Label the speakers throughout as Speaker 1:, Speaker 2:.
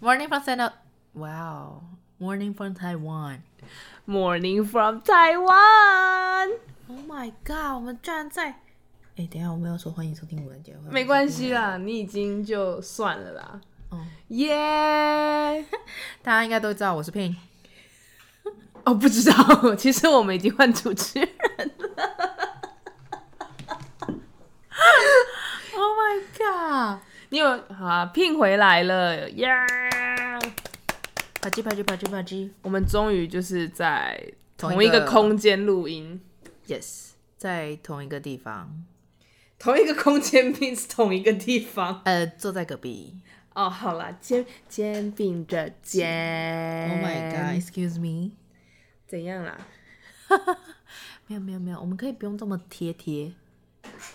Speaker 1: Morning from Taiwan. Wow. Morning from Taiwan.
Speaker 2: Morning from Taiwan。
Speaker 1: Oh my god！我们居然在……哎，等一下，我没有说欢迎收听我的节目，
Speaker 2: 没关系啦，你已经就算了啦。
Speaker 1: 哦，
Speaker 2: 耶、
Speaker 1: 大家应该都知道我是 Pin。
Speaker 2: 哦，不知道， 其实我们已经换主持人了。
Speaker 1: Oh my god！
Speaker 2: 你有好啊，聘回来了，耶、
Speaker 1: 啪叽啪叽啪叽啪叽
Speaker 2: 我们终于就是在
Speaker 1: 同
Speaker 2: 同
Speaker 1: 一
Speaker 2: 一
Speaker 1: 个
Speaker 2: 个空间录音，
Speaker 1: ，Yes，在同一个地方，
Speaker 2: 同一个空间 means 同一个地方。
Speaker 1: 呃，坐在隔壁。
Speaker 2: 哦，好啦，肩肩并着肩。
Speaker 1: Oh my god！Excuse me。
Speaker 2: 怎样啦？
Speaker 1: 没有没有没有，我们可以不用这么贴贴。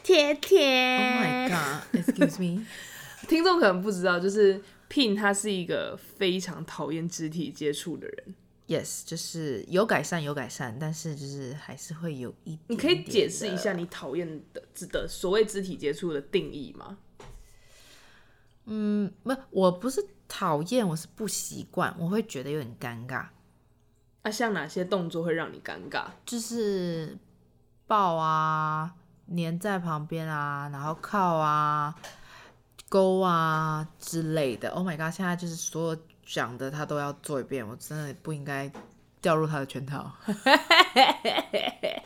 Speaker 2: 贴贴。
Speaker 1: Oh my god！Excuse me。
Speaker 2: 听众可能不知道，就是 Pin 他是一个非常讨厌肢体接触的人。
Speaker 1: Yes，就是有改善有改善，但是就是还是会有一点
Speaker 2: 你可以
Speaker 1: 点
Speaker 2: 解释
Speaker 1: 的
Speaker 2: 一下你讨厌的指的所谓肢体接触的定义吗？
Speaker 1: 嗯，不，我不是讨厌，我是不习惯，我会觉得有点尴尬，
Speaker 2: 啊，像哪些动作会让你尴尬？
Speaker 1: 就是抱啊，粘在旁边啊，然后靠啊，勾啊之类的。Oh my god！现在就是所有讲的他都要做一遍，我真的不应该掉入他的圈套。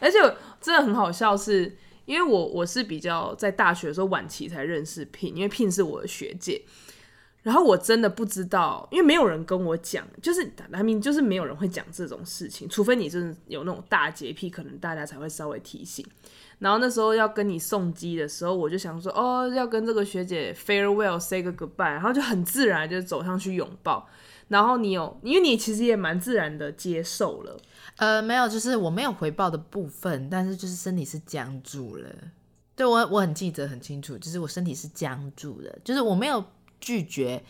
Speaker 2: 而且真的很好笑是，因为我我是比较在大学的时候晚期才认识 Pin，因为 Pin 是我的学姐。然后我真的不知道，因为没有人跟我讲，就是南明就是没有人会讲这种事情，除非你真的有那种大洁癖，可能大家才会稍微提醒。然后那时候要跟你送机的时候，我就想说，哦，要跟这个学姐 farewell say 个 goodbye，然后就很自然就走上去拥抱。然后你有，因为你其实也蛮自然的接受了，
Speaker 1: 呃，没有，就是我没有回报的部分，但是就是身体是僵住了。对我，我很记得很清楚，就是我身体是僵住的，就是我没有拒绝，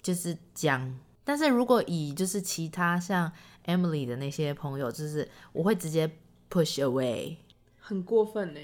Speaker 1: 就是僵。但是如果以就是其他像 Emily 的那些朋友，就是我会直接 push away。
Speaker 2: 很过分呢、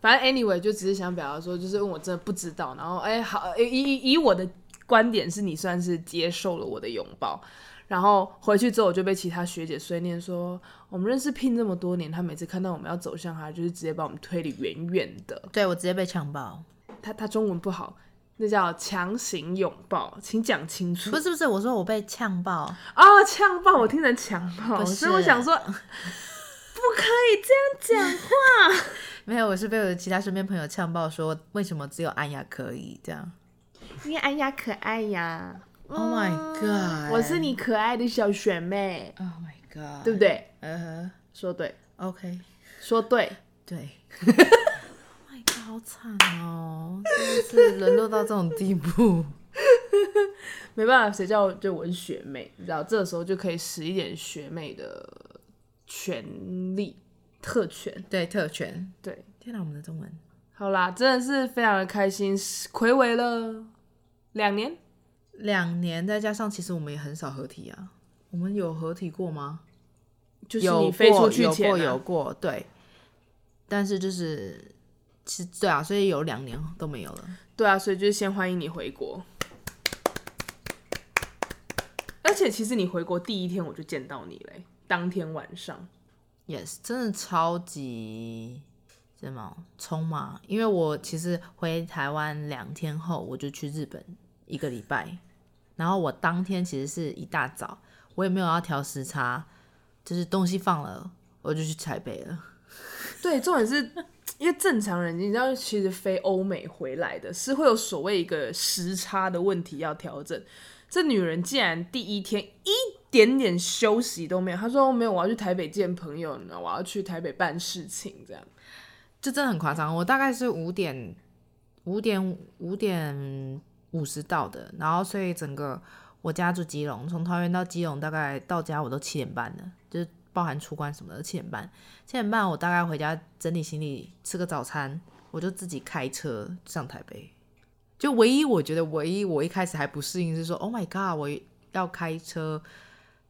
Speaker 2: 反正 anyway 就只是想表达说，就是问我真的不知道，然后哎、好，哎以以以我的观点是你算是接受了我的拥抱，然后回去之后我就被其他学姐碎念说，我们认识 Pin 这么多年，他每次看到我们要走向他，就是直接把我们推离远远的。
Speaker 1: 对我直接被强暴，
Speaker 2: 他他中文不好，那叫强行拥抱，请讲清楚
Speaker 1: 不。是不是，我说我被呛爆，
Speaker 2: 哦，呛爆，我听成强暴，
Speaker 1: 不是
Speaker 2: 所以我想说，不可以这样讲话。
Speaker 1: 没有，我是被我的其他身边朋友呛爆，说为什么只有安雅可以这样
Speaker 2: 因为安雅可爱呀。嗯
Speaker 1: ？Oh my god！
Speaker 2: Mm，我是你可爱的小学妹，
Speaker 1: ，Oh my god！
Speaker 2: 对
Speaker 1: 对，
Speaker 2: 不对？
Speaker 1: 呃
Speaker 2: 说对，
Speaker 1: ，OK、o k
Speaker 2: 说对。
Speaker 1: 对。Oh my god，好惨哦！真 的是沦落到这种地步。
Speaker 2: 没办法，谁叫我就我是学妹，你知道，这个时候就可以使一点学妹的权利特权。
Speaker 1: 对，特权。
Speaker 2: 对，
Speaker 1: 天哪，我们的中文
Speaker 2: 好啦，真的是非常的开心，暌违了两年，
Speaker 1: 两年，再加上其实我们也很少合体啊。我们有合体过吗？
Speaker 2: 就是
Speaker 1: 有
Speaker 2: 你
Speaker 1: 过，
Speaker 2: 飞出去
Speaker 1: 有
Speaker 2: 前、啊
Speaker 1: 过，有，过，对。但是就是，其实对啊，所以有两年都没有了。
Speaker 2: 对啊，所以就是先欢迎你回国。而且其实你回国第一天我就见到你嘞，当天晚上。
Speaker 1: Yes，真的超级什么匆忙，因为我其实回台湾两天后，我就去日本一个礼拜，然后我当天其实是一大早，我也没有要调时差，就是东西放了，我就去台北了。
Speaker 2: 对，重点是因为正常人，你知道，其实飞欧美回来的是会有所谓一个时差的问题要调整。这女人竟然第一天一点点休息都没有，她说、哦没有，我要去台北见朋友，你知道，我要去台北办事情，这样。
Speaker 1: 就真的很夸张。我大概是五点五点五点五十到的，然后所以整个我家住基隆，从桃园到基隆大概到家我都七点半了，就是包含出关什么的七点半。七点半我大概回家整理行李，吃个早餐，我就自己开车上台北。就唯一我觉得唯一我一开始还不适应是说，Oh my god，我要开车，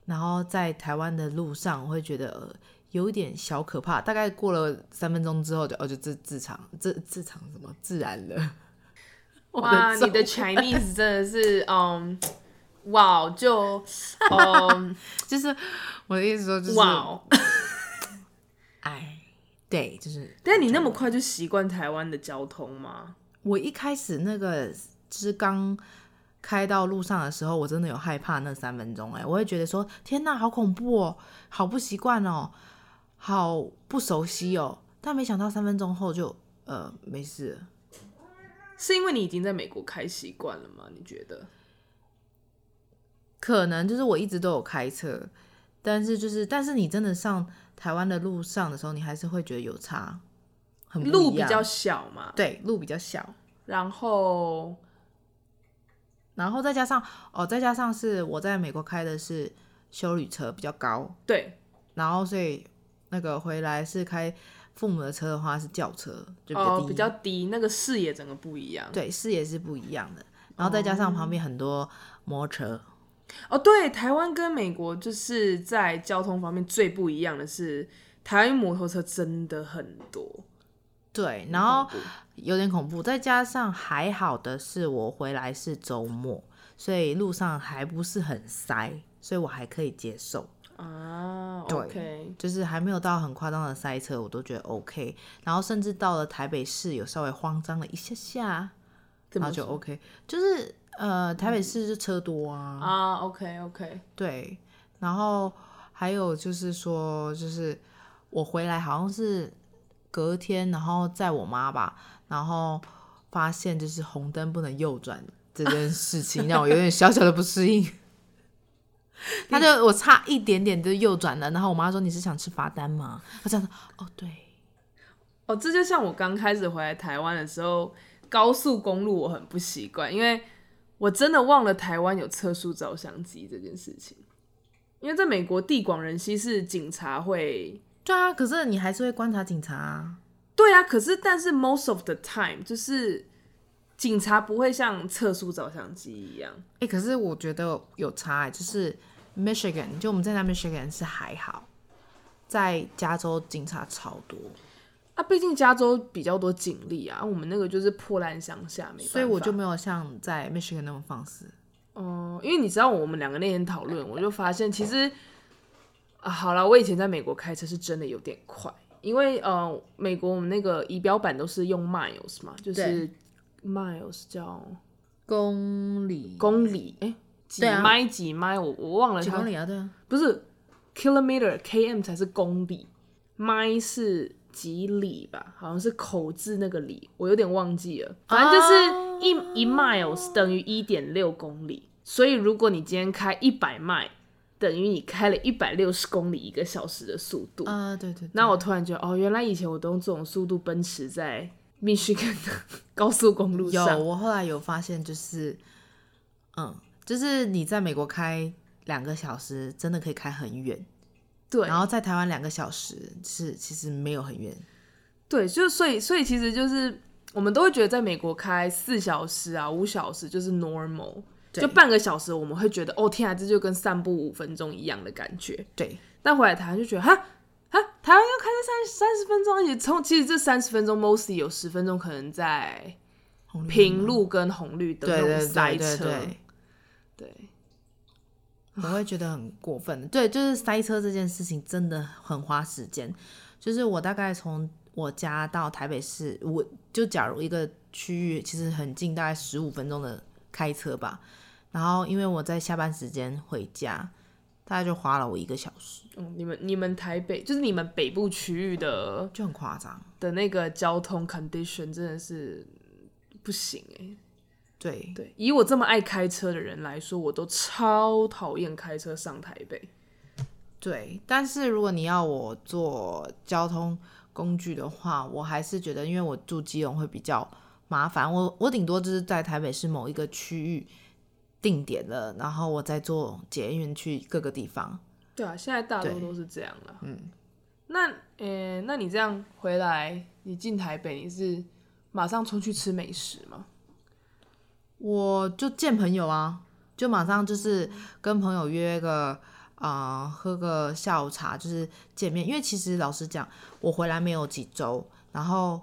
Speaker 1: 然后在台湾的路上我会觉得、呃有一点小可怕。大概过了三分钟之后就，哦就自自场自自场什么自然了。
Speaker 2: 哇，你
Speaker 1: 中
Speaker 2: 的 Chinese 真的是，嗯，哇，哦就，嗯，
Speaker 1: 就是我的意思说就是
Speaker 2: 哇，哦
Speaker 1: 哎，对，就是
Speaker 2: 但你那么快就习惯台湾的交通吗？
Speaker 1: 我一开始那个就是刚开到路上的时候，我真的有害怕那三分钟、哎，我会觉得说天呐，好恐怖哦，好不习惯哦，好不熟悉哦。但没想到三分钟后就呃没事了，
Speaker 2: 是因为你已经在美国开习惯了吗？你觉得？
Speaker 1: 可能就是我一直都有开车，但是就是但是你真的上台湾的路上的时候，你还是会觉得有差，很不一
Speaker 2: 路比
Speaker 1: 样
Speaker 2: 较小嘛，
Speaker 1: 对，路比较小，
Speaker 2: 然后
Speaker 1: 然后再加上哦，再加上是我在美国开的是修旅车比较高，
Speaker 2: 对，
Speaker 1: 然后所以那个回来是开父母的车的话是轿车，就比较低，
Speaker 2: 哦，比较低，那个视野整个不一样。
Speaker 1: 对视野是不一样的。然后再加上旁边很多摩托车，
Speaker 2: 哦，对，台湾跟美国就是在交通方面最不一样的是，台湾摩托车真的很多，
Speaker 1: 对，
Speaker 2: 嗯
Speaker 1: 然后
Speaker 2: 很恐怖
Speaker 1: 有点恐怖。再加上还好的是我回来是周末，所以路上还不是很塞，所以我还可以接受。
Speaker 2: 啊
Speaker 1: 对
Speaker 2: ，OK，
Speaker 1: 就是还没有到很夸张的塞车，我都觉得 OK。然后甚至到了台北市，有稍微慌张了一下下，
Speaker 2: 怎
Speaker 1: 然后
Speaker 2: 么
Speaker 1: 就
Speaker 2: 说
Speaker 1: OK。就是呃，台北市就车多啊，
Speaker 2: 啊？OK OK，
Speaker 1: 对。然后还有就是说，就是我回来好像是隔天，然后载我妈吧，然后发现就是红灯不能右转这件事情，让我有点小小的不适应。 他就我差一点点就右转了，然后我妈说你是想吃罚单吗？我想说哦对，
Speaker 2: 哦，这就像我刚开始回来台湾的时候，高速公路我很不习惯，因为我真的忘了台湾有测速照相机这件事情。因为在美国地广人稀，是警察会
Speaker 1: 对啊，可是你还是会观察警察、啊，
Speaker 2: 对啊，可是但是 most of the time 就是警察不会像测速照相机一样
Speaker 1: 哎、可是我觉得有差、欸，就是 Michigan，就我们在那 Michigan 是还好，在加州警察超多，
Speaker 2: 啊，毕竟加州比较多警力啊，我们那个就是破烂乡下，没办法
Speaker 1: 所以我就没有像在 Michigan 那么放肆。
Speaker 2: 哦、因为你知道我们两个那天讨论，我就发现其实啊，好了，我以前在美国开车是真的有点快，因为呃，美国我们那个仪表板都是用 miles 嘛，就是
Speaker 1: 对
Speaker 2: miles 叫
Speaker 1: 公里，
Speaker 2: 公里，哎、几
Speaker 1: 对啊
Speaker 2: 迈几迈，我我忘了
Speaker 1: 几
Speaker 2: 它
Speaker 1: 公里啊？对啊，
Speaker 2: 不是 kilometer km 才是公里，mi 是几里吧？好像是口字那个里，我有点忘记了。反正
Speaker 1: 啊
Speaker 2: 就是一、一 miles 等于一点六公里，所以如果你今天开一百迈，等于你开了一百六十公里一个小时的速度。
Speaker 1: 啊、对对
Speaker 2: 那我突然觉得，哦，原来以前我都用这种速度奔驰在密歇根的高速公路
Speaker 1: 有，
Speaker 2: 上。
Speaker 1: 我后来有发现，就是，嗯，就是你在美国开两个小时，真的可以开很远，
Speaker 2: 对，
Speaker 1: 然后在台湾两个小时是其实没有很远，
Speaker 2: 对，就所以所以其实就是我们都会觉得在美国开四小时啊、五小时就是 normal，
Speaker 1: 对
Speaker 2: 就半个小时我们会觉得哦天啊，这就跟散步五分钟一样的感觉。
Speaker 1: 对，
Speaker 2: 但回来台湾就觉得哈哈，台湾要开三三十分钟，而且从其实这三十分钟 mostly 有十分钟可能在
Speaker 1: 红绿灯
Speaker 2: 平路跟红绿
Speaker 1: 嗯
Speaker 2: 灯
Speaker 1: 对
Speaker 2: 那
Speaker 1: 对
Speaker 2: 种塞
Speaker 1: 对对
Speaker 2: 车，
Speaker 1: 对，
Speaker 2: 对
Speaker 1: 我会觉得很过分。对，就是塞车这件事情真的很花时间。就是我大概从我家到台北市，我就假如一个区域其实很近，大概十五分钟的开车吧。然后因为我在下班时间回家，大概就花了我一个小时，
Speaker 2: 嗯，你们你们台北就是你们北部区域的
Speaker 1: 就很夸张。
Speaker 2: 的那个交通 condition 真的是不行哎、
Speaker 1: 对，
Speaker 2: 对，以我这么爱开车的人来说，我都超讨厌开车上台北。
Speaker 1: 对，但是如果你要我坐交通工具的话，我还是觉得，因为我住基隆会比较麻烦。我我顶多就是在台北市某一个区域定点了，然后我再坐捷运去各个地方。
Speaker 2: 对啊，现在大多
Speaker 1: 对
Speaker 2: 都是这样了。嗯，那呃，那你这样回来，你进台北，你是马上冲去吃美食吗？
Speaker 1: 我就见朋友啊，就马上就是跟朋友约个啊、呃喝个下午茶，就是见面。因为其实老实讲，我回来没有几周，然后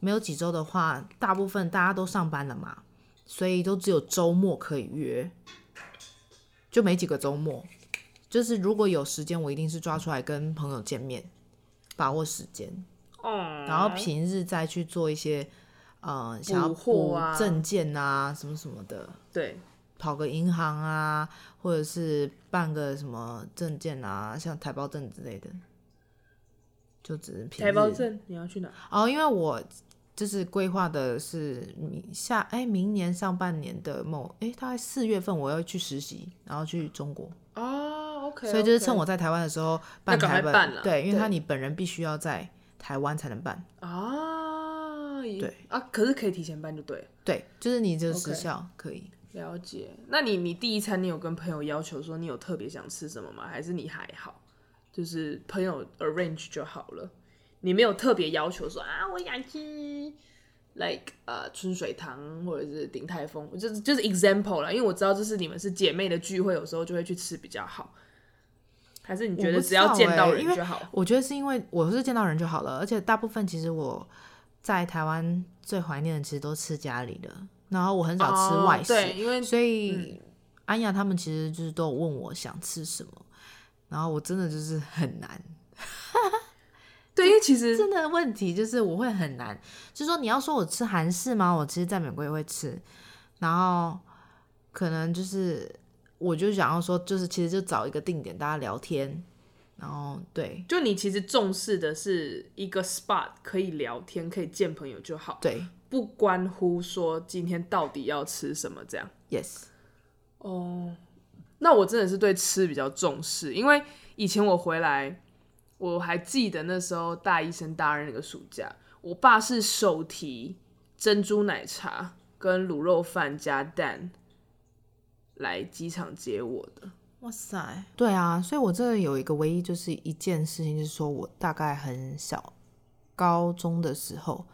Speaker 1: 没有几周的话，大部分大家都上班了嘛，所以都只有周末可以约，就没几个周末。就是如果有时间，我一定是抓出来跟朋友见面，把握时间，
Speaker 2: 哦，
Speaker 1: 然后平日再去做一些，呃，想要
Speaker 2: 补货啊
Speaker 1: 补证件啊，什么什么的，
Speaker 2: 对，
Speaker 1: 跑个银行啊，或者是办个什么证件啊，像台胞证之类的，就只是平日
Speaker 2: 台胞证你要去哪？
Speaker 1: 哦，因为我就是规划的是明下哎、明年上半年的某哎、大概四月份我要去实习，然后去中国
Speaker 2: 哦，OK，
Speaker 1: 所以就是趁
Speaker 2: OK
Speaker 1: 我在台湾的时候办
Speaker 2: 赶快
Speaker 1: 台本，
Speaker 2: 办了
Speaker 1: 对，因为他
Speaker 2: 对
Speaker 1: 你本人必须要在台湾才能办，
Speaker 2: 啊，也
Speaker 1: 对
Speaker 2: 啊，可是可以提前办就对了。
Speaker 1: 对，就是你这个
Speaker 2: OK
Speaker 1: 时效可以。
Speaker 2: 了解，那你你第一餐你有跟朋友要求说你有特别想吃什么吗？还是你还好，就是朋友 arrange 就好了，你没有特别要求说啊，我想吃 like 呃春水堂或者是鼎泰丰，我就是就是 example 啦，因为我知道就是你们是姐妹的聚会，有时候就会去吃比较好，还是你觉
Speaker 1: 我
Speaker 2: 得
Speaker 1: 不
Speaker 2: 只要
Speaker 1: 知道
Speaker 2: 见到
Speaker 1: 欸
Speaker 2: 人
Speaker 1: 因为
Speaker 2: 就好？
Speaker 1: 我觉得是因为我是见到人就好了，而且大部分其实我在台湾最怀念的其实都吃家里的，然后我很少吃外食，
Speaker 2: 哦、对，因为嗯
Speaker 1: 所以、安雅他们其实就是都有问我想吃什么，然后我真的就是很难，
Speaker 2: 对，因为其实
Speaker 1: 真的问题就是我会很难，就是说你要说我吃韩式吗？我其实在美国也会吃，然后可能就是我就想要说，就是其实就找一个定点大家聊天，然后对
Speaker 2: 就你其实重视的是一个 spot 可以聊天，可以见朋友就好，
Speaker 1: 对
Speaker 2: 不关乎说今天到底要吃什么这样。
Speaker 1: ，yes，
Speaker 2: 哦，那我真的是对吃比较重视，因为以前我回来，我还记得那时候大一升大二那个暑假，我爸是手提珍珠奶茶跟卤肉饭加蛋来机场接我的。
Speaker 1: 哇塞，对啊，所以我这有一个唯一就是一件事情，就是说我大概很小，高中的时候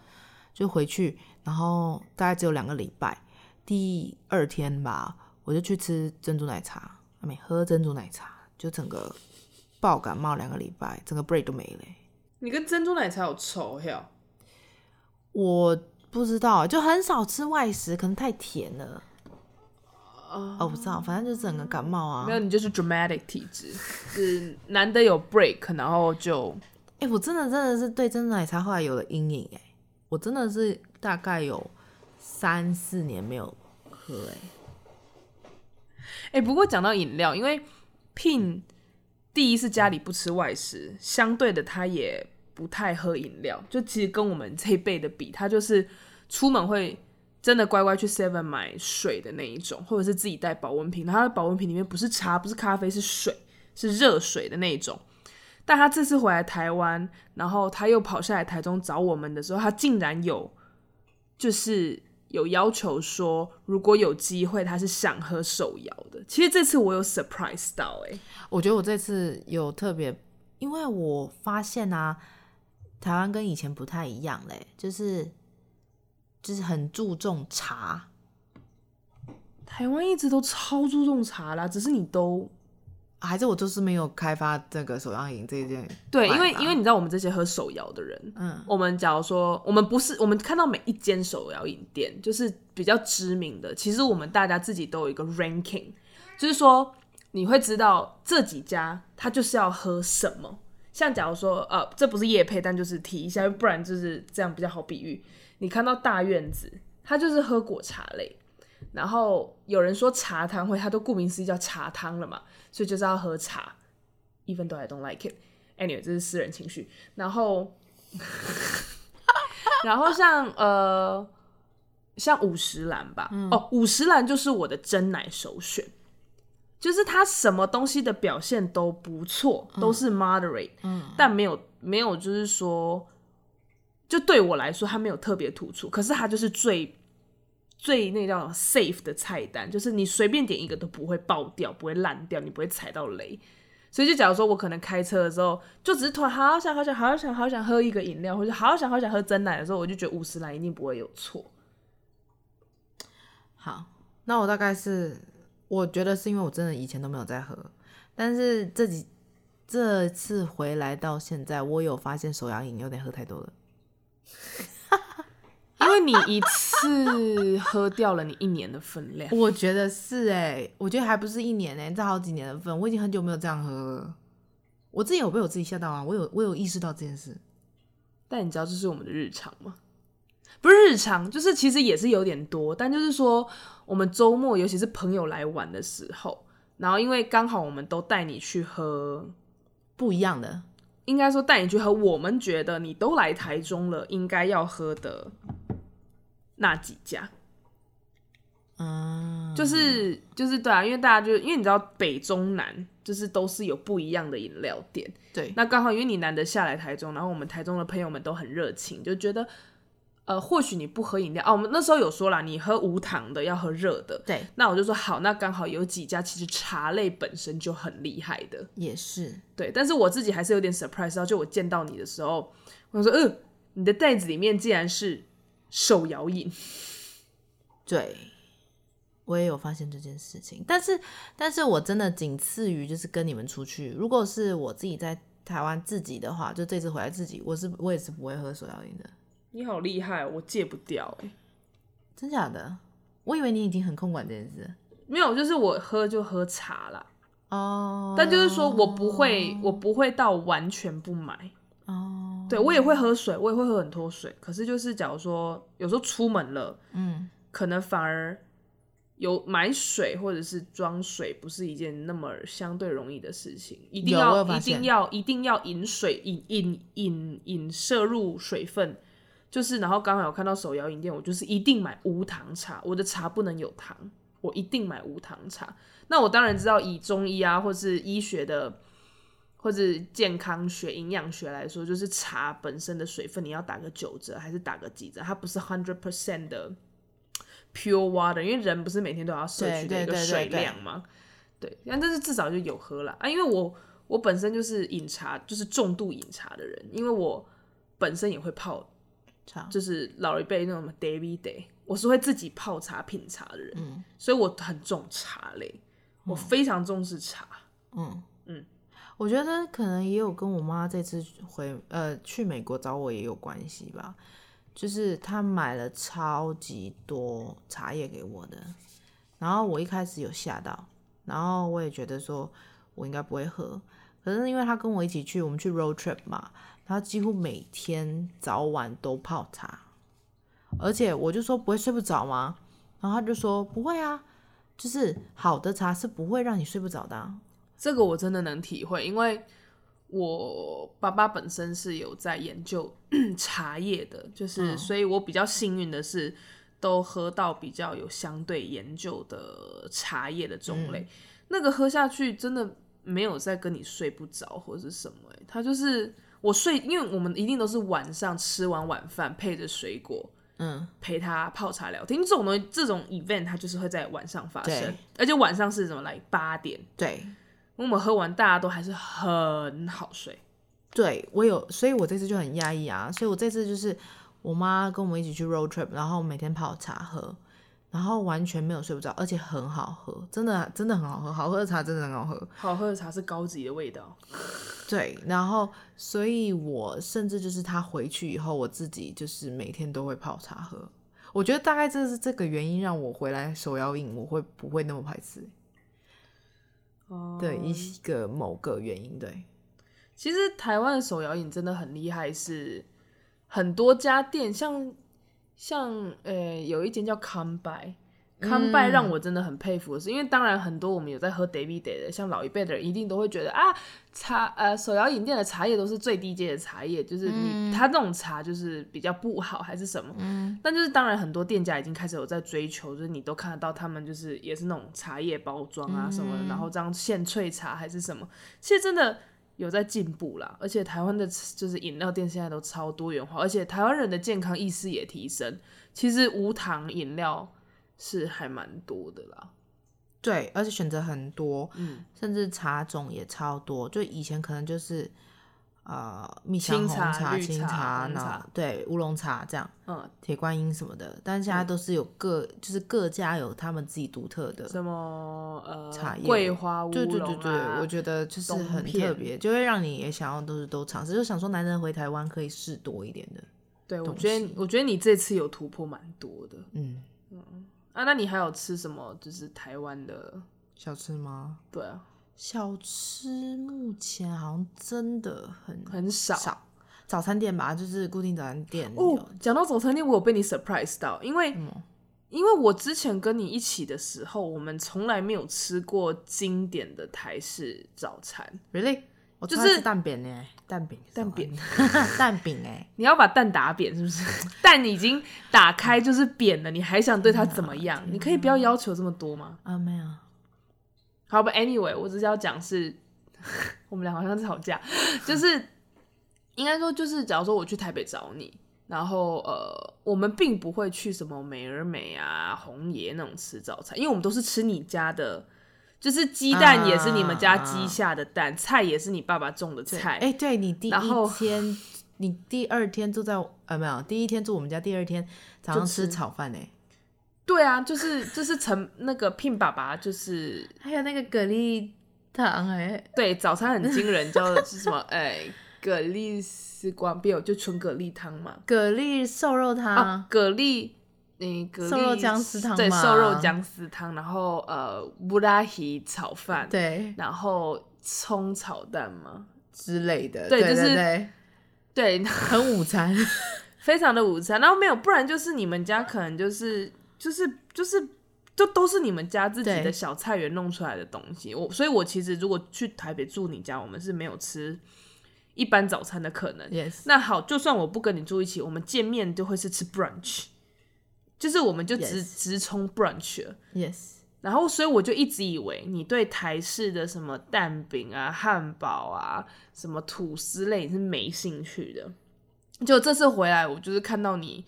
Speaker 1: 就回去，然后大概只有两个礼拜，第二天吧，我就去吃珍珠奶茶，啊没喝珍珠奶茶，就整个爆感冒两个礼拜，整个 break 都没了欸、
Speaker 2: 你跟珍珠奶茶有仇哟？
Speaker 1: 我不知道，欸就很少吃外食，可能太甜了。哦，我不知道，反正就整个感冒啊
Speaker 2: 没。有，你就是 dramatic 体质，是难得有 break，然后就
Speaker 1: 哎、我真的真的是对珍珠奶茶后来有了阴影哎、我真的是大概有三四年没有喝哎、
Speaker 2: 哎、不过讲到饮料，因为 Pin 第一是家里不吃外食，相对的他也不太喝饮料，就其实跟我们这一辈的比，他就是出门会真的乖乖去 Seven 买水的那一种，或者是自己带保温瓶，然后他的保温瓶里面不是茶，不是咖啡，是水，是热水的那一种。但他这次回来台湾，然后他又跑下来台中找我们的时候，他竟然有就是有要求说，如果有机会，他是想喝手摇的。其实这次我有 surprise 到、欸，哎，
Speaker 1: 我觉得我这次有特别，因为我发现啊，台湾跟以前不太一样嘞、就是就是很注重茶，
Speaker 2: 台湾一直都超注重茶啦，只是你都
Speaker 1: 还是我就是没有开发这个手摇饮这一件
Speaker 2: 对，
Speaker 1: 办
Speaker 2: 因为
Speaker 1: 法
Speaker 2: 因为你知道我们这些喝手摇的人，
Speaker 1: 嗯，
Speaker 2: 我们假如说我们不是我们看到每一间手摇饮店，就是比较知名的，其实我们大家自己都有一个 ranking，就是说你会知道这几家他就是要喝什么。像假如说呃，这不是夜配，但就是提一下，不然就是这样比较好比喻。你看到大院子，他就是喝果茶类，然后有人说茶汤会，它都顾名思义叫茶汤了嘛，所以就是要喝茶。Even though I don't like it, anyway，这是私人情绪。然后，然后像呃，像五十岚吧，哦，五十岚就是我的真奶首选，就是它什么东西的表现都不错，都是 moderate，、但没有没有就是说，就对我来说它没有特别突出，可是它就是最最那叫 safe 的菜单，就是你随便点一个都不会爆掉，不会烂掉，你不会踩到雷。所以就假如说我可能开车的时候，就只是突然好想好想好想好想喝一个饮料，或者好想好想喝真奶的时候，我就觉得五十岚一定不会有错。
Speaker 1: 好，那我大概是，我觉得是因为我真的以前都没有在喝，但是这几这次回来到现在，我有发现手摇饮有点喝太多了。
Speaker 2: 因为你一次喝掉了你一年的分量。
Speaker 1: 我觉得是哎、我觉得还不是一年哎、这好几年的份，我已经很久没有这样喝了。我自己有被我自己吓到啊，我有我有意识到这件事。
Speaker 2: 但你知道这是我们的日常吗？不是日常，就是其实也是有点多，但就是说我们周末，尤其是朋友来玩的时候，然后因为刚好我们都带你去喝，
Speaker 1: 不一样的，
Speaker 2: 应该说带你去喝，我们觉得你都来台中了，应该要喝的那几家，
Speaker 1: 嗯，
Speaker 2: 就是就是对啊，因为大家就因为你知道北中南就是都是有不一样的饮料店，
Speaker 1: 对，
Speaker 2: 那刚好因为你难得下来台中，然后我们台中的朋友们都很热情，就觉得，呃，或许你不喝饮料哦，我们那时候有说啦，你喝无糖的要喝热的。
Speaker 1: 对，
Speaker 2: 那我就说好，那刚好有几家其实茶类本身就很厉害的，
Speaker 1: 也是，
Speaker 2: 对。但是我自己还是有点 surprise 到，就我见到你的时候，我想说，嗯、你的袋子里面竟然是手摇饮，
Speaker 1: 对，我也有发现这件事情，但是但是我真的仅次于就是跟你们出去，如果是我自己在台湾自己的话，就这次回来自己，我是我也是不会喝手摇饮的，
Speaker 2: 你好厉害、哦，我戒不掉哎、
Speaker 1: 真假的？我以为你已经很控管这件事了
Speaker 2: 没有，就是我喝就喝茶啦，
Speaker 1: 哦，
Speaker 2: 但就是说我不会，我不会到完全不买。
Speaker 1: 哦，
Speaker 2: 对我也会喝水，我也会喝很多水。可是就是假如说有时候出门了，
Speaker 1: 嗯，
Speaker 2: 可能反而有买水或者是装水，不是一件那么相对容易的事情。一定
Speaker 1: 有我
Speaker 2: 要
Speaker 1: 有发
Speaker 2: 一定
Speaker 1: 现
Speaker 2: 要一定要饮水，饮饮饮饮摄入水分。就是，然后刚好有看到手摇饮店，我就是一定买无糖茶，我的茶不能有糖，我一定买无糖茶。那我当然知道，以中医啊，或是医学的，或是健康学、营养学来说，就是茶本身的水分，你要打个九折还是打个几折，它不是 hundred percent 的 pure water，因为人不是每天都要摄
Speaker 1: 对
Speaker 2: 取的
Speaker 1: 对
Speaker 2: 一个
Speaker 1: 对对
Speaker 2: 水
Speaker 1: 对
Speaker 2: 量嘛。对，但但是至少就有喝了啊，因为我我本身就是饮茶，就是重度饮茶的人，因为我本身也会泡
Speaker 1: 茶，
Speaker 2: 就是老一辈那种什么 Davy Day，我是会自己泡茶品茶的人，所以我很重茶类，我非常重视茶。
Speaker 1: 嗯
Speaker 2: 嗯
Speaker 1: 嗯，我觉得可能也有跟我妈这次回呃去美国找我也有关系吧，就是她买了超级多茶叶给我的，然后我一开始有吓到，然后我也觉得说我应该不会喝，可是因为她跟我一起去，我们去 road trip 嘛，她几乎每天早晚都泡茶，而且我就说不会睡不着吗？然后她就说不会啊。就是好的茶是不会让你睡不着的、啊，
Speaker 2: 这个我真的能体会，因为我爸爸本身是有在研究 茶叶的，就是、所以我比较幸运的是，都喝到比较有相对研究的茶叶的种类，那个喝下去真的没有在跟你睡不着或者是什么、欸，它就是我睡，因为我们一定都是晚上吃完晚饭配着水果，
Speaker 1: 嗯，
Speaker 2: 陪他泡茶聊天，这种东西这种 event 它就是会在晚上发生
Speaker 1: 对，
Speaker 2: 而且晚上是什么来八点。
Speaker 1: 对，
Speaker 2: 我们喝完，大家都还是很好睡。
Speaker 1: 对我有，所以我这次就很压抑啊，所以我这次就是我妈跟我们一起去 road trip，然后每天泡茶喝，然后完全没有睡不着，而且很好喝，真的真的很好喝，好喝的茶真的很好喝。
Speaker 2: 好喝的茶是高级的味道，
Speaker 1: 对，然后所以我甚至就是她回去以后，我自己就是每天都会泡茶喝。我觉得大概这是这个原因让我回来手摇饮，我会不会那么排斥的一个某个原因？对，
Speaker 2: 其实台湾的手摇饮真的很厉害，是很多家店，像像呃有一间叫康拜，康拜让我真的很佩服的是，因为当然很多我们有在喝 Davy Day 的，像老一辈的人一定都会觉得啊茶呃手摇饮店的茶叶都是最低阶的茶叶，就是你它这种茶就是比较不好还是什么，但就是当然很多店家已经开始有在追求，就是你都看得到他们就是也是那种茶叶包装啊什么的，然后这样现萃茶还是什么，其实真的。有在进步啦，而且台湾的就是饮料店现在都超多元化，而且台湾人的健康意识也提升。其实无糖饮料是还蛮多的啦，
Speaker 1: 对，而且选择很多，
Speaker 2: 嗯，
Speaker 1: 甚至茶种也超多。就以前可能就是呃蜜
Speaker 2: 青
Speaker 1: 香红
Speaker 2: 茶绿
Speaker 1: 青
Speaker 2: 茶
Speaker 1: 茶、
Speaker 2: 红
Speaker 1: 然后
Speaker 2: 茶
Speaker 1: 对乌龙茶这样，
Speaker 2: 嗯，
Speaker 1: 铁观音什么的。但现在都是有各、就是各家有他们自己独特的，
Speaker 2: 什么呃
Speaker 1: 茶叶
Speaker 2: 桂花乌龙、啊、
Speaker 1: 对对对对，我觉得就是
Speaker 2: 冬
Speaker 1: 很特
Speaker 2: 片
Speaker 1: 别，就会让你也想要都是都尝试，就想说难得回台湾可以试多一点的。
Speaker 2: 对，我
Speaker 1: 东
Speaker 2: 觉得
Speaker 1: 西
Speaker 2: 我觉得你这次有突破蛮多的
Speaker 1: 嗯，
Speaker 2: 啊。那你还有吃什么？就是台湾的，
Speaker 1: 小吃吗？
Speaker 2: 对啊，
Speaker 1: 小吃目前好像真的很
Speaker 2: 很少。
Speaker 1: 少，早餐店吧，就是固定早餐店有
Speaker 2: 哦，讲到早餐店，我有被你 surprise 到，因为、因为我之前跟你一起的时候，我们从来没有吃过经典的台式早餐。
Speaker 1: Really？我
Speaker 2: 就
Speaker 1: 超爱
Speaker 2: 是
Speaker 1: 吃蛋饼呢、蛋饼，
Speaker 2: 蛋饼，
Speaker 1: 蛋饼哎、
Speaker 2: 你要把蛋打扁是不是？ 蛋已经打开就是扁了，你还想嗯对它啊怎么样？你可以不要要求这么多吗？
Speaker 1: 啊没有，
Speaker 2: 好吧，anyway，我只是要讲是， 我们俩好像在吵架，就是应该说就是，假如说我去台北找你，然后呃，我们并不会去什么美而美啊、红爷那种吃早餐，因为我们都是吃你家的，就是鸡蛋也是你们家鸡下的蛋，菜也是你爸爸种的菜，
Speaker 1: 哎、对你第
Speaker 2: 然后
Speaker 1: 一天，你第二天住在呃没有，第一天住我们家，第二天早上吃
Speaker 2: 吃
Speaker 1: 炒饭哎、
Speaker 2: 对啊，就是就是陈那个聘爸爸就是
Speaker 1: 还有那个蛤蜊糖哎、
Speaker 2: 对，早餐很惊人，叫是什么？ 哎，蛤蜊丝瓜饼，就纯蛤蜊汤嘛。
Speaker 1: 蛤蜊瘦肉汤、
Speaker 2: 啊，蛤蜊，嗯，蛤蜊
Speaker 1: 瘦肉姜丝汤
Speaker 2: 对，
Speaker 1: 嘛
Speaker 2: 瘦肉姜丝汤，然后呃，布拉提炒饭，，
Speaker 1: 对
Speaker 2: 然后葱炒蛋嘛，
Speaker 1: 之类的，
Speaker 2: 对
Speaker 1: 对
Speaker 2: 就是
Speaker 1: 对
Speaker 2: 对，
Speaker 1: 很午餐，
Speaker 2: 非常的午餐。然后没有，不然就是你们家可能就是就是就是。就都是你们家自己
Speaker 1: 对
Speaker 2: 的小菜园弄出来的东西，我所以，我其实如果去台北住你家，我们是没有吃一般早餐的可 能。
Speaker 1: yes，
Speaker 2: 那好，就算我不跟你住一起，我们见面就会是吃 brunch，就是我们就直
Speaker 1: Yes
Speaker 2: 直冲 brunch 了。
Speaker 1: yes，
Speaker 2: 然后，所以我就一直以为你对台式的什么蛋饼啊、汉堡啊、什么吐司类你是没兴趣的。就这次回来，我就是看到你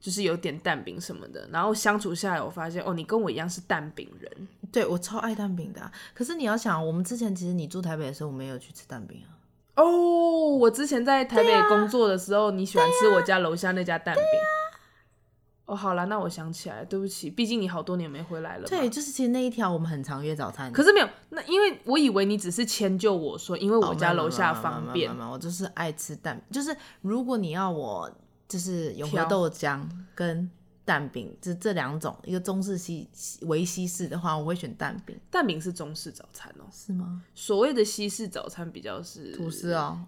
Speaker 2: 就是有点蛋饼什么的，然后相处下来，我发现哦，你跟我一样是蛋饼人。
Speaker 1: 对我超爱蛋饼的啊、可是你要想，我们之前其实你住台北的时候，我们也有去吃蛋饼啊，
Speaker 2: 哦，我之前在台北工作的时候，你喜欢吃
Speaker 1: 啊
Speaker 2: 我家楼下那家蛋饼。哦，好啦，那我想起来，对不起，毕竟你好多年没回来了嘛。
Speaker 1: 对，就是其实那一条我们很常约早餐，
Speaker 2: 可是没有，那因为我以为你只是迁就我说，因为
Speaker 1: 哦
Speaker 2: 我家楼下方便
Speaker 1: 哦没有没有没有没有没有没有我就是爱吃蛋，就是如果你要我就是永和
Speaker 2: 挑
Speaker 1: 豆浆跟蛋饼，这这两种，一个中式西西为西式的话，我会选蛋饼，
Speaker 2: 蛋饼是中式早餐哦。
Speaker 1: 是吗？
Speaker 2: 所谓的西式早餐比较是
Speaker 1: 吐司，哦，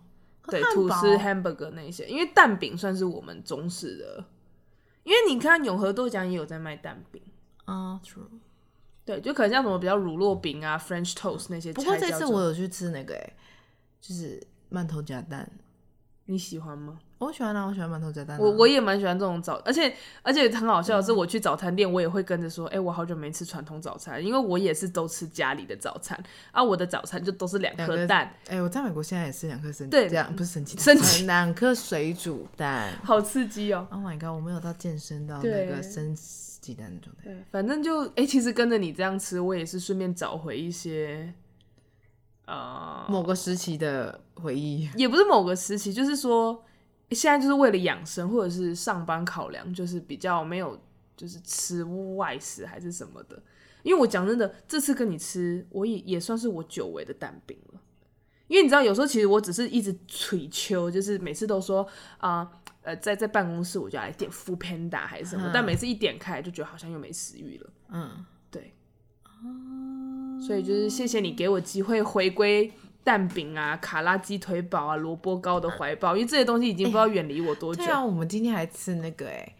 Speaker 2: 对，
Speaker 1: 汉
Speaker 2: 吐
Speaker 1: 堡
Speaker 2: 司 hamburger 那些，因为蛋饼算是我们中式的。因为你看永和豆浆也有在卖蛋饼，
Speaker 1: 啊，true。
Speaker 2: 对，就可能像什么比较乳酪饼啊、French toast 那些才
Speaker 1: 不
Speaker 2: 叫
Speaker 1: 过
Speaker 2: 做。
Speaker 1: 这次我有去吃那个、欸，就是馒头夹蛋，
Speaker 2: 你喜欢吗？
Speaker 1: 我喜欢啊，我喜欢馒头夹蛋啊、
Speaker 2: 我我也蛮喜欢这种早，而且而且很好笑的是，我去早餐店，我也会跟着说，哎、我好久没吃传统早餐，因为我也是都吃家里的早餐啊，我的早餐就都是两
Speaker 1: 两
Speaker 2: 颗
Speaker 1: 个
Speaker 2: 蛋，
Speaker 1: 哎、我在美国现在也是两颗生
Speaker 2: 对
Speaker 1: 这样不是生鸡蛋，
Speaker 2: 生 鸡
Speaker 1: 两颗水煮蛋。
Speaker 2: 好刺激哦。
Speaker 1: Oh my god，我没有到健身到那
Speaker 2: 对
Speaker 1: 个生鸡蛋的状态。
Speaker 2: 对，反正就哎、其实跟着你这样吃，我也是顺便找回一些，呃，
Speaker 1: 某个时期的回忆。
Speaker 2: 也不是某个时期，就是说现在就是为了养生或者是上班考量，就是比较没有就是吃外食还是什么的。因为我讲真的，这次跟你吃，我也也算是我久违的蛋饼了。因为你知道，有时候其实我只是一直吹秋，就是每次都说啊、呃，在在办公室我就来点 f o o Panda 还是什么，
Speaker 1: 嗯
Speaker 2: 但每次一点开就觉得好像又没食欲了。
Speaker 1: 嗯，
Speaker 2: 对，哦所以就是谢谢你给我机会回归蛋饼啊、卡拉鸡腿堡啊、萝卜糕的怀抱，因为这些东西已经不知道远离我多久。
Speaker 1: 对啊，我们今天还吃那个哎、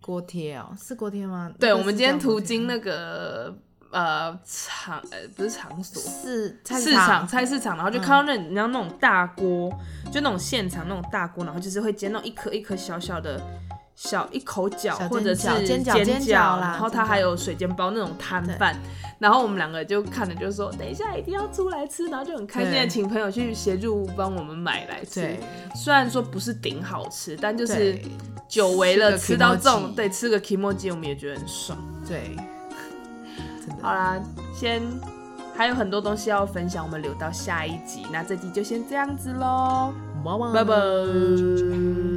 Speaker 1: 锅贴哦，是锅贴吗？
Speaker 2: 对啊
Speaker 1: 那个
Speaker 2: 我们
Speaker 1: 是
Speaker 2: 今天
Speaker 1: 叫
Speaker 2: 途
Speaker 1: 锅贴
Speaker 2: 经
Speaker 1: 吗
Speaker 2: 那个呃场呃不是场所。
Speaker 1: 是菜
Speaker 2: 市场菜市场，然后就看到那你知道那种大锅，就那种现场那种大锅，然后就是会煎那种一颗一颗小小的小一口角
Speaker 1: 小
Speaker 2: 或者是
Speaker 1: 煎饺煎饺煎饺啦
Speaker 2: 然后它
Speaker 1: 煎饺
Speaker 2: 还有水煎包那种摊贩，然后我们两个就看着就说等一下一定要出来吃，然后就很开心的
Speaker 1: 对
Speaker 2: 请朋友去协助帮我们买来吃
Speaker 1: 对。
Speaker 2: 虽然说不是顶好吃，但就是
Speaker 1: 对
Speaker 2: 久违了
Speaker 1: 吃
Speaker 2: 吃
Speaker 1: 个
Speaker 2: 到这
Speaker 1: kimochi
Speaker 2: 种对吃个 kimoji 我们也觉得很爽。
Speaker 1: 对，真
Speaker 2: 好
Speaker 1: 的
Speaker 2: 啦，先还有很多东西要分享，我们留到下一集。那这集就先这样子喽，
Speaker 1: 哇哇
Speaker 2: 拜拜。